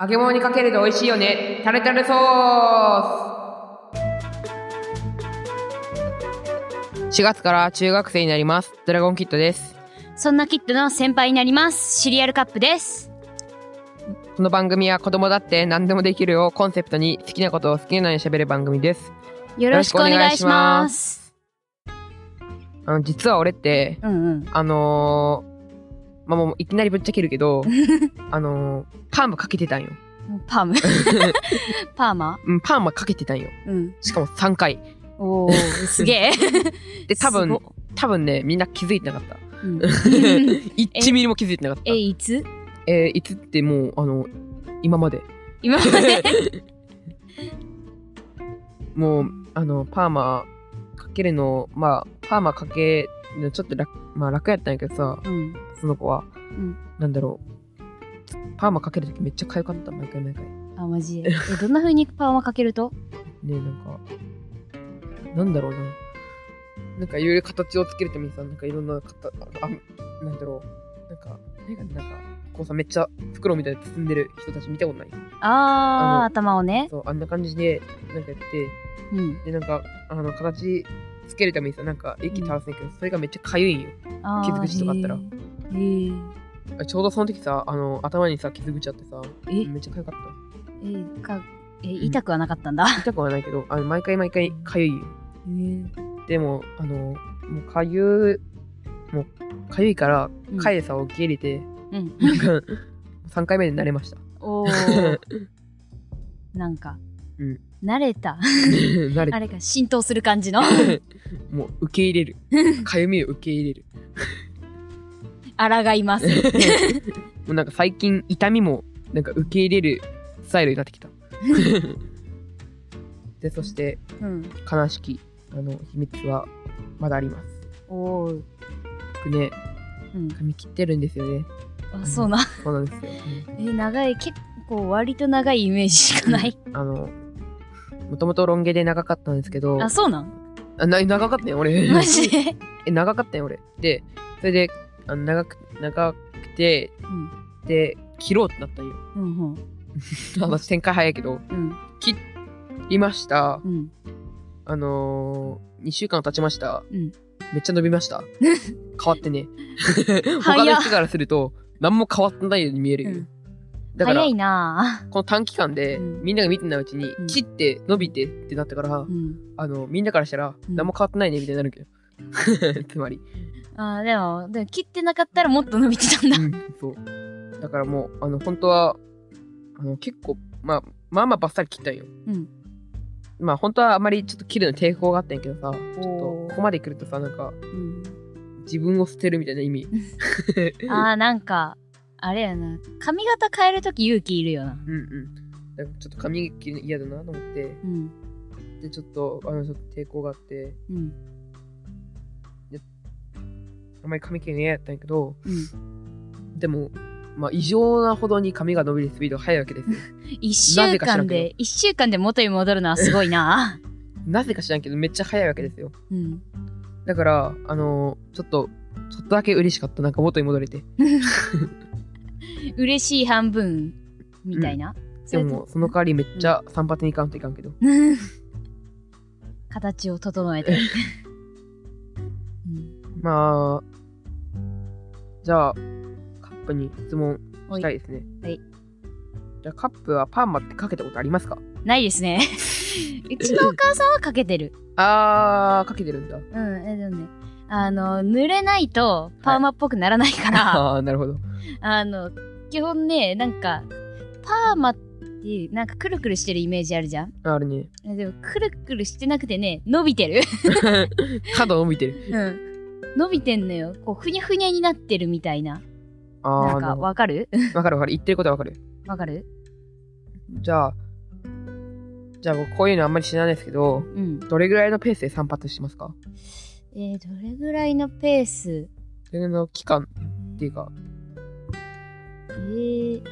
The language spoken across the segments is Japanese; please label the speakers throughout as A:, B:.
A: 揚げ物にかけると美味しいよね。タルタルソース !4 月から中学生になります。ドラゴンキッドです。
B: そんなキッドの先輩になります。シリアルカップです。
A: この番組は子供だって何でもできるをコンセプトに好きなことを好きなように喋る番組です。
B: よろしくお願いします。
A: あの、実は俺って、
B: うんうん。
A: あのー、まあ、もういきなりぶっちゃけるけ ど、あのー、パーマかけてたんよ。
B: パーム。 パーマ
A: うん、パーマかけてたんよ。
B: うん。
A: しかも3回。
B: おお、す げえ。
A: で、多
B: す
A: 分
B: ご、
A: 多分ね、みんな気づいてなかった。
B: うん、
A: 1ミリも気づいてなかった
B: え、。いつ
A: えーいつってもう、あの、今ま で。
B: 今まで。
A: もう、あの、パーマかけるの、まあ、パーマかけるのちょっと楽、まあ楽やったんやけどさ、
B: うん。
A: その子は。
B: ん
A: なんだろう。パーマかけるときめっちゃ痒かった、毎回毎回。ね
B: あ、マジ で。え、どんな風にパーマかけると
A: えなんか、なんだろうな。なんかいろいろ形をつけるためにさ、なんかいろんな形、あ、なんだろう。なんか、なんか、なんか、こうさ、めっちゃ袋みたいに包んでる人たち見たことない
B: あ
A: あの
B: ー、頭をね。
A: そう、あんな感じで、なんかやって、
B: うん。
A: でなんかあの形つけるためにさなんか液垂らすんだけど、それがめっちゃかゆいんよ
B: あー
A: 傷口とかあったら
B: へー
A: あちょうどその時さあの頭にさ傷口あってさ
B: えー、え、
A: めっちゃかゆかっ
B: え、か、え、痛くはなかったんだ。
A: た痛くはないけどあの毎回毎回かゆいよ
B: えー
A: でもあのもうかゆいもうかゆいから
B: うん
A: かゆさを受け入れて、
B: うん。
A: なんか3回目で慣れま した
B: おー。なんか、
A: うん
B: 慣れた。
A: 慣れ
B: あ
A: て
B: れか、浸透する感じの。
A: もう受け入 れるかゆみを受け入れる
B: 抗います。
A: もうなんか最近痛みもなんか受け入れるスタイルになって きたでそして
B: うん。
A: 悲しきあの秘密はまだあります
B: おー。
A: 僕ね
B: うん。
A: 髪切ってるんですよね
B: あ、そうな。
A: そうなんですよ、うん
B: え、長い、結構割と長いイメージしかない。
A: あのもともとロン毛で長かったんですけど
B: あ、そうなん
A: あな長かったよ俺
B: マジで
A: え長かったよ俺でそれであの長く長くて
B: うん。
A: で切ろうってな ったんよ
B: うん。
A: 話展開早いけど
B: うん。
A: いました
B: うん。
A: あのー、2週間経ちました、
B: うん
A: めっちゃ伸びま した変わってね他
B: 早っ
A: の人からすると何も変わってないように見えるよ、
B: うん
A: だから
B: 早いな
A: この短期間で、
B: うん
A: みんなが見てないうちに、
B: うん
A: 切って伸びてってなったから、
B: ぁ。うん。
A: あのみんなからしたら
B: うん
A: 何も変わってないねみたいになるけど、 つまり、
B: あーでも、でも切ってなかったらもっと伸びてたんだ
A: う。んそうだからもうあの本当はあの結構、まあ、まあまあバッサリ切ったんよ
B: うん。
A: まあ本当はあまりちょっと切るの抵抗があったんやけどさちょっ
B: おー
A: とここまで来るとさなんか
B: うん。
A: 自分を捨てるみたいな意味
B: あーなんか、あれやな。髪型変えるとき勇気いるよな。
A: うんうんだからちょっと髪切るの嫌だなと思って
B: うん。
A: でちょっとあのちょっと抵抗があって
B: うん。
A: あんまり髪切るの嫌やったんやけど
B: うん。
A: でも、まあ、異常なほどに髪が伸びるスピードが速いわけですよ。
B: 一
A: なぜ
B: 週
A: か知らん
B: 間
A: けど
B: で、一週間で元に戻るのはすごいなぁ。
A: なぜか知らんけど、めっちゃ速いわけですよ。
B: うん。
A: だから、あのーちょっと、ちょっとだけ嬉しかった。なんか元に戻れて。
B: 嬉しい半分、みたいな。そ
A: で
B: れ
A: も、その代わりめっちゃ散髪に行かんといかんけど。
B: 形を整えて。うん
A: まあ、じゃあ、カップに質問
B: お
A: した
B: い
A: いですね。
B: はい。
A: じゃあ、カップはパーマってかけたことありますか
B: ないで すね。うちのお母さんはかけてる。
A: あー、かけてるんだ。
B: うん、えでもね、あの、濡れないとパーマっぽくならないから、
A: あー、なるほど。
B: あの、基本ね、なんか、パーマって、なんかくるくるしてるイメージあるじゃん。
A: あるね。
B: えでも、くるくるしてなくてね、伸びてる。
A: 角を伸びてる。
B: うん。伸びてんのよ。こう、ふにゃふにゃになってるみたいな。
A: あ
B: な
A: ー、
B: ん
A: な
B: か、
A: るほど
B: わかる
A: わかるわかる。言ってることはわかる。
B: わかる
A: じゃあ、じゃあ僕こういうのあんまり知らないですけど、
B: うん。
A: どれぐらいのペースで散髪しますか
B: えー、どれぐらいのペース
A: それの期間っていうか、
B: えー、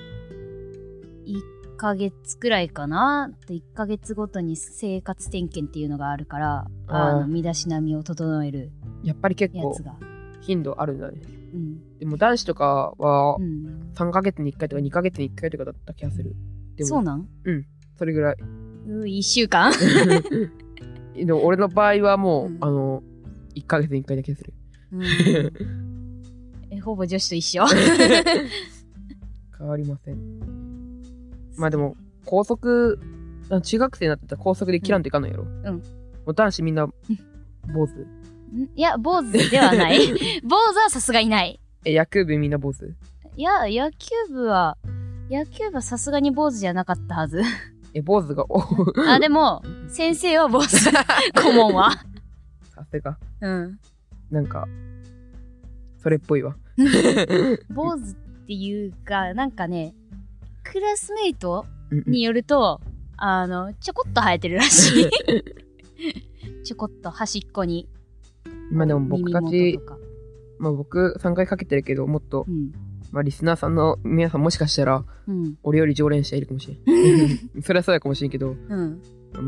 B: 1ヶ月くらいかなあと1ヶ月ごとに生活点検っていうのがあるから
A: あー
B: あの身だしなみを整える
A: やっぱり結
B: や
A: 構
B: つが、
A: 頻度あるんだね。
B: うん、
A: でも男子とかは
B: うん。
A: 3ヶ月に1回とか2ヶ月に1回とかだった気がする。で
B: そう
A: も、
B: なん
A: それぐらい。
B: うー一週間
A: でも俺の場合はもう、
B: うん
A: あの、1ヶ月に1回だけ する。
B: うんえほぼ女子と一緒
A: 変わりません。 まあでも、高速、あ中学生になってたら高速で切らんといかんのやろ。うんもう男子みんな、坊主。
B: んいや坊主ではない坊主はさすがにない
A: え、野球部みんな坊主。
B: いや野球部は野球部はさすがに坊主じゃなかった はず
A: え、坊主が多い、
B: あでも先生は 坊主顧問は
A: さすが、
B: うん
A: なんか、それっぽい わ。
B: 坊主っていうかなんかねクラスメイト
A: うんうん
B: によるとあのちょこっと生えてるらしい ちょこっと端っこに
A: まあでも僕た
B: 耳
A: ち
B: 元、とか
A: まあ僕3回かけてるけど、もっと、
B: うん
A: まあリスナーさんの皆さんもしかしたら、
B: うん
A: 俺より常連者いるかもしれ ん。それはそうやかもしれんけど、
B: うん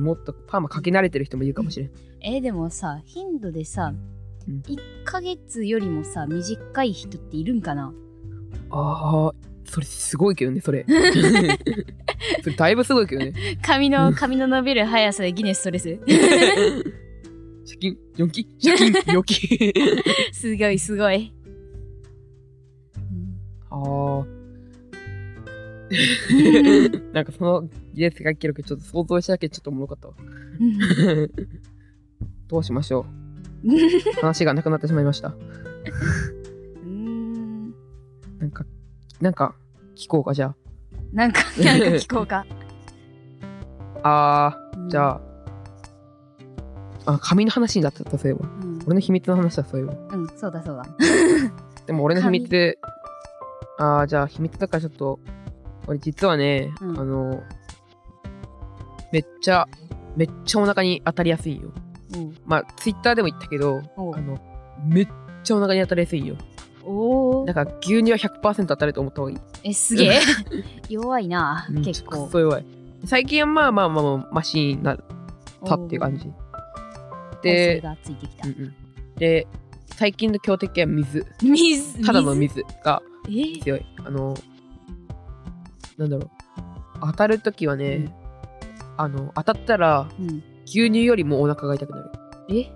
A: もっとパーマかけ慣れてる人もいるかもしれん。
B: えーでもさ頻度でさ、
A: うん
B: 1ヶ月よりもさ短い人っているんかな
A: ああ、それすごいけどね、それ。それだいぶすごいけどね。
B: 髪
A: う
B: の
A: ん
B: 髪の伸びる速さでギネス取れす
A: シャキン、ヨンキ、シャキン、ヨキ。
B: すごいすごい、うん
A: ああ。なんかそのギネス世界記録ちょっと想像しただけでちょっとおもろかったわ。 どうしましょう。話がなくなってしまいました。
B: うん
A: なんか、なんか、聞こうか、じゃ
B: なんかなんか聞こうか
A: あ。あ あ、じゃ
B: あ、
A: あ。あ、髪の話になっちゃった、そういえば。
B: うん
A: 俺の秘密の話だ、そういえば。
B: うん、そうだそうだ
A: でも俺の秘密で、ああ、じゃあ秘密だからちょっと、俺実はね、
B: うん
A: あの、めっちゃ、めっちゃお腹に当たりやすいんよ。
B: うん
A: まあ、ツイッターでも言ったけど、
B: おう
A: あの、めっちゃお腹に当たりやすいんよ。
B: お
A: だ
B: ー
A: から牛乳は100%当たると思った方がいい。
B: えすげえ 弱いな
A: うん
B: 結
A: ちょっと
B: 構
A: くそ弱い。最近はまあまあまあまあ、マシになったっていう感じ。
B: で
A: で、
B: がついてきた
A: うんうん。で、最近の強敵は水。
B: 水
A: ただの水が
B: 水え
A: 強い。あの、なんだろう。当たるときはね、あの、当たったら
B: うん
A: 牛乳よりもお腹が痛くなる。
B: え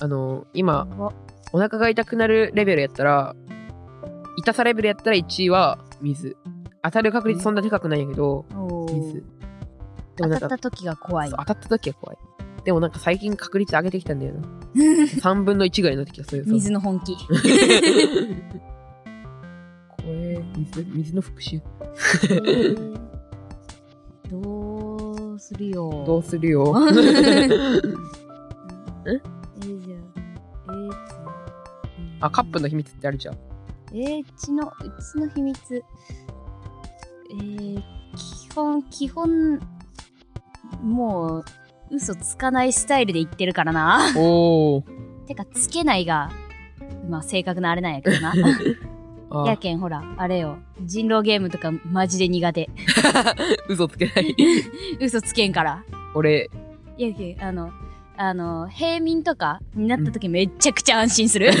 A: あの、
B: や
A: 今、
B: ば
A: お腹が痛くなるレベルやったら、痛さレベルやったら1位は水。当たる確率そんな高くないんやけど、
B: おー
A: 水。でも
B: 当
A: なん
B: たっ
A: か、
B: た時が怖い
A: そう当たった時は怖い。でもなんか最近確率上げてきたんだよな。3分の1ぐらいになってきた、そういう。そう
B: 水の本 気
A: これ、水、水の復習。
B: えーどうするよ
A: どうする よ。
B: えーじゃあえーつうん
A: あ、カップの秘密ってあるじゃん。
B: えーうちのうちの秘密えー基本基本もう嘘つかないスタイルで言ってるからな
A: おお。
B: てかつけないがまあ正確なあれなんやけどな
A: あ
B: やけんほらあれよ人狼ゲームとかマジで苦手
A: 嘘つけない。
B: 嘘つけんから
A: 俺、
B: やけんあのあの平民とかになった時めちゃくちゃ安心する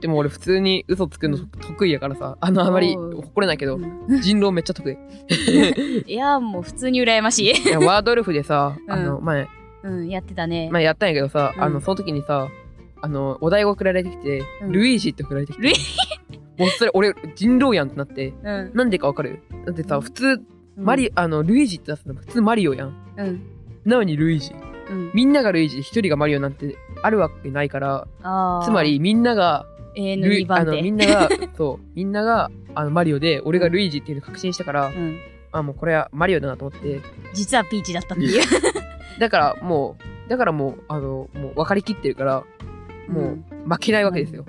A: でも俺普通に嘘つくの得意やからさ、あの、あまり誇れないけど、
B: うん
A: 人狼めっちゃ得意。
B: いやもう普通に羨ましい、
A: いやワードルフでさ、
B: うん
A: あの、前、
B: うん、やってたね、
A: 前やったんやけどさ、
B: うん
A: あの、その時にさ、あの、お題が送られてきて、
B: うん
A: ルイージって送られてき
B: ル
A: て
B: イ、
A: もうそれ俺人狼やんってなって、
B: うん、
A: なんでかわかるだってさ、普通、マリ、あの、ルイージって出すの普通マリオやん。
B: うん
A: なのにルイージ。
B: うん
A: みんながルイージ、一人がマリオなんてあるわけないから、
B: あー
A: つまりみんなが
B: 永遠の
A: ルイ
B: 2
A: あ
B: 番
A: のみ
B: 手
A: んな がそうみんながあのマリオで俺がルイージっていうの確信したから、
B: うん、
A: あもうこれはマリオだなと思って
B: 実はピーチだったっていう
A: だからもうだからもうあのもう分かりきってるからもう負けないわけです よ、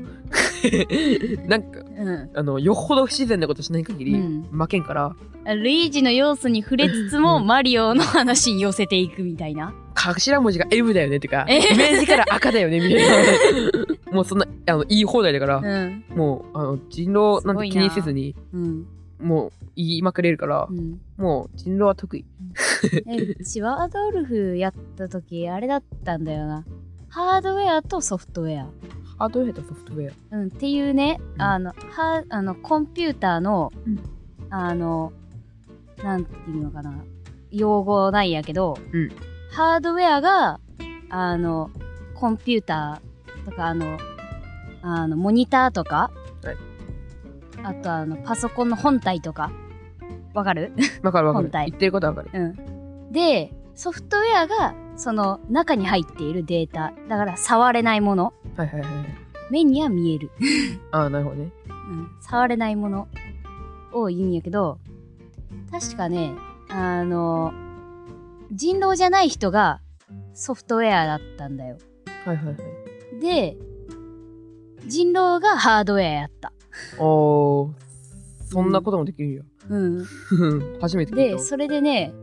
A: なんか
B: うん、
A: あのよほど不自然なことしない限り、
B: うん
A: 負けんから
B: ルイージの要素に触れつつも、
A: うん
B: マリオの話に寄せていくみたいな
A: 頭文字が M だよねとか
B: え
A: イメージから赤だよねみたいなもうそんなあの言い放題だから、
B: うん
A: もうあの人狼なんて気にせずに
B: うん
A: もう言いまくれるから
B: う、ん
A: もう人狼は得意
B: えうちワードウルフやった時あれだったんだよなハードウェアとソフトウェア。
A: ハードウェアとソフトウェア。
B: うん、っていうね、
A: うん
B: あの、は、あの、コンピューターの、
A: うん
B: あの、なんていうのかな、用語なんやけど、
A: うん
B: ハードウェアが、あの、コンピューターとか、あの、あの、モニターとか、
A: はい
B: あと、あの、パソコンの本体とか、わかる
A: わかるわかる
B: 本。体
A: 言ってることはわかる。
B: うん。で、ソフトウェアが、その、中に入っているデータ。だから、触れないもの。
A: はいはいはい。
B: 目には見える。
A: ああ、なるほどね。
B: うん、触れないものを言うんやけど確かねあの人狼じゃない人がソフトウェアだったんだよ
A: はいはいはい。
B: で人狼がハードウェアやった、
A: おー、そんなこともできるよ。
B: うん、
A: 初めて聞いた
B: で
A: わ。
B: それでね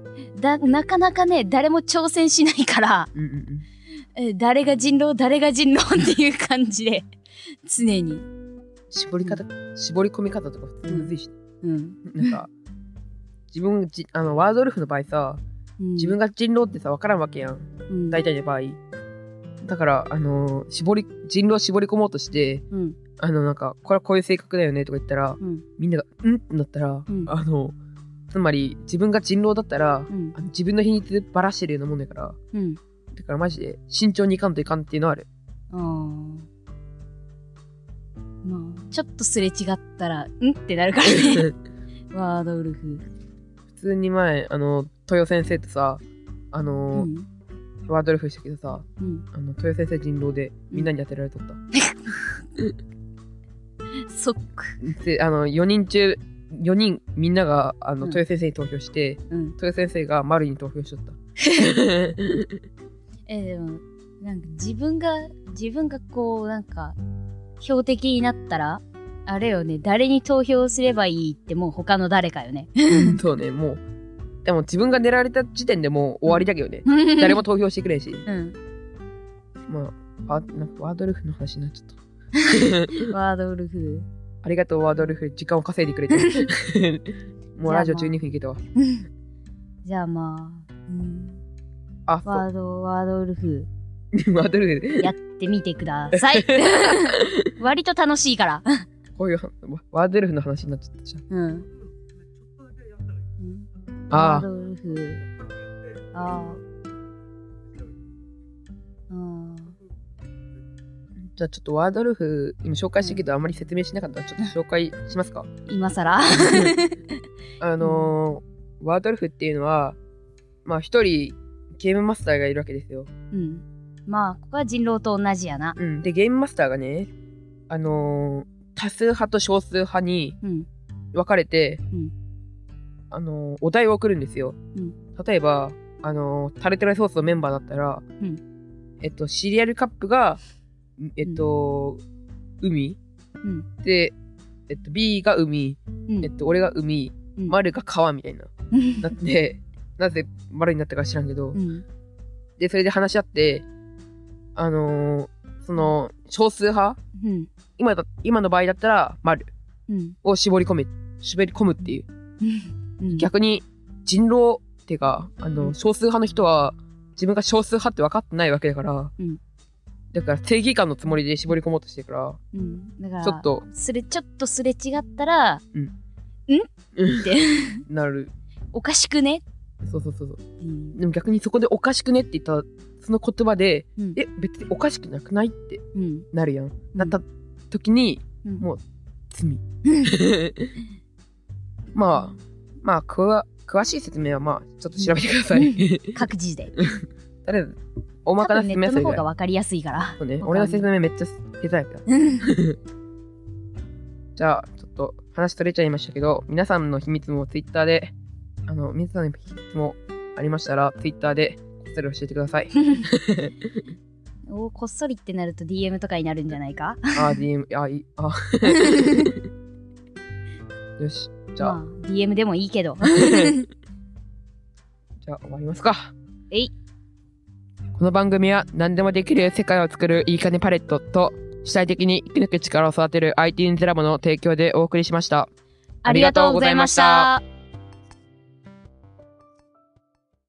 B: だなかなかね誰も挑戦しないから
A: うんうんうん。
B: え誰が人狼誰が人狼っていう感じで常に、
A: 絞り方、絞り込み方とか普通にむずいし、
B: うん
A: なんか、自分、じあの、ワードウルフの場合さ、
B: うん、
A: 自分が人狼ってさ、わからんわけやん。
B: うん
A: 大体の場合。だから、あのー絞り、人狼絞り込もうとして、
B: うん
A: あの、なんか、これはこういう性格だよねとか言ったら、
B: うん
A: みんなが、うんってなったら、
B: うん
A: あの、つまり、自分が人狼だったら、
B: うん
A: あの自分の秘密ばらしてるようなもんだから、
B: うん
A: だからマジで慎重にいかんといかんっていうのはあ る。
B: あーまあ、ちょっとすれ違ったら、んってなるからね。
A: 普
B: ワードウルフ。
A: 通に前、あの、豊先生とさ、あ
B: う
A: のー、
B: ん。
A: ワードルフしたけどさ、
B: うん。
A: あの豊先生人狼でみんなに当てられとった。
B: そっく。
A: で、あの、4人中、4人みんながあの
B: うん
A: 豊先生に投票して、
B: うん。
A: 豊先生が丸に投票しと った。
B: えーでも、なんか自分が、自分がこう、なんか、標的になったら、あれよね、誰に投票すればいいってもう他の誰かよね。
A: うんそうね、もう。でも自分が狙われた時点でもう終わりだけどね。誰も投票してくれんし。
B: うん。
A: まあ、あなんかワードルフの話になっちゃった。
B: ワードウルフ。
A: ありがとう、ワードルフ。時間を稼いでくれて。 もうラジオ
B: じゃあま
A: 12
B: あ
A: 分いけたわ。
B: じゃあまあ、うん、
A: あ、そう。
B: ワード、ワードウルフ、
A: ワードルフ。
B: やってみてくださ い。割と楽しいから。
A: こういうは、ワードルフの話になっちゃったじゃん。
B: うん。ワー
A: あ
B: ドウルフ。ああ。う
A: あ、
B: ん。
A: じゃあちょっとワードルフ、今紹介したけど、あんまり説明しなかったら、ちょっと紹介しますか。
B: 今更
A: あのー、ワードルフっていうのは、まあ一人、ゲームマスターがいるわけですよ。
B: うん。まあ、ここは人狼と同じやな。
A: うん。で、ゲームマスターがね、あのー、多数派と少数派に
B: うん。
A: 分かれて、
B: うん
A: あのーお題を送るんですよ、
B: うん
A: 例えばあのータルタルソースのメンバーだったら、
B: ん
A: えっとシリアルカップがんえっと、海、
B: ん
A: でえっと B が海、
B: うん
A: えっと俺が海、
B: うん
A: 丸が川みたいななってなぜ丸になったか知らんけど、
B: うん。
A: でそれで話し合ってあのーその少数派
B: うん。
A: 今だ今の場合だったら丸
B: うん。
A: を絞り込め絞り込むっていう
B: うん。
A: 逆に人狼っていうかあ
B: う
A: の
B: ん
A: 少数派の人は自分が少数派って分かってないわけだから、
B: うん
A: だから正義感のつもりで絞り込もうとしてるか
B: うん。だからら、
A: ちょっ。と
B: すれ、ちょっとすれ違ったら、
A: うん
B: んって、
A: なる
B: おかしくね
A: そうそうそうそう
B: うん。
A: でも逆にそこで「おかしくね」って言ったその言葉で
B: うん
A: 「え別におかしくなくない?」って
B: うん。
A: なるやん、なった時に
B: うん
A: もう罪 まあまあくわ詳しい説明はまあちょっと調べてくださいと り
B: 各自で。
A: あえず大まかな
B: 多分ネ
A: 説明はそれ
B: ット
A: ぐ
B: の方
A: らい
B: がわかりやすいから。
A: そうね、
B: わかん
A: 俺
B: な
A: の
B: い
A: 説明めっちゃ下手やった。
B: うん。
A: じゃあ、ちょっと話取れちゃいましたけど、皆さんの秘密もツイッターで、あの、皆さんの秘密もありましたら、ツイッターでこっそり教えてくだ さい。
B: おこっそりってなると DM とかになるんじゃないか
A: あー、DM、あ、いい、あ。 よし、じゃあ、
B: まあ、DM でもいい けど。
A: じゃあ終わりますか。
B: えい
A: この番組は何でもできる世界を作るいい金パレットと主体的に生き抜く力を育てる IT インズラボの提供でお送りしました。
B: ありがとうございました。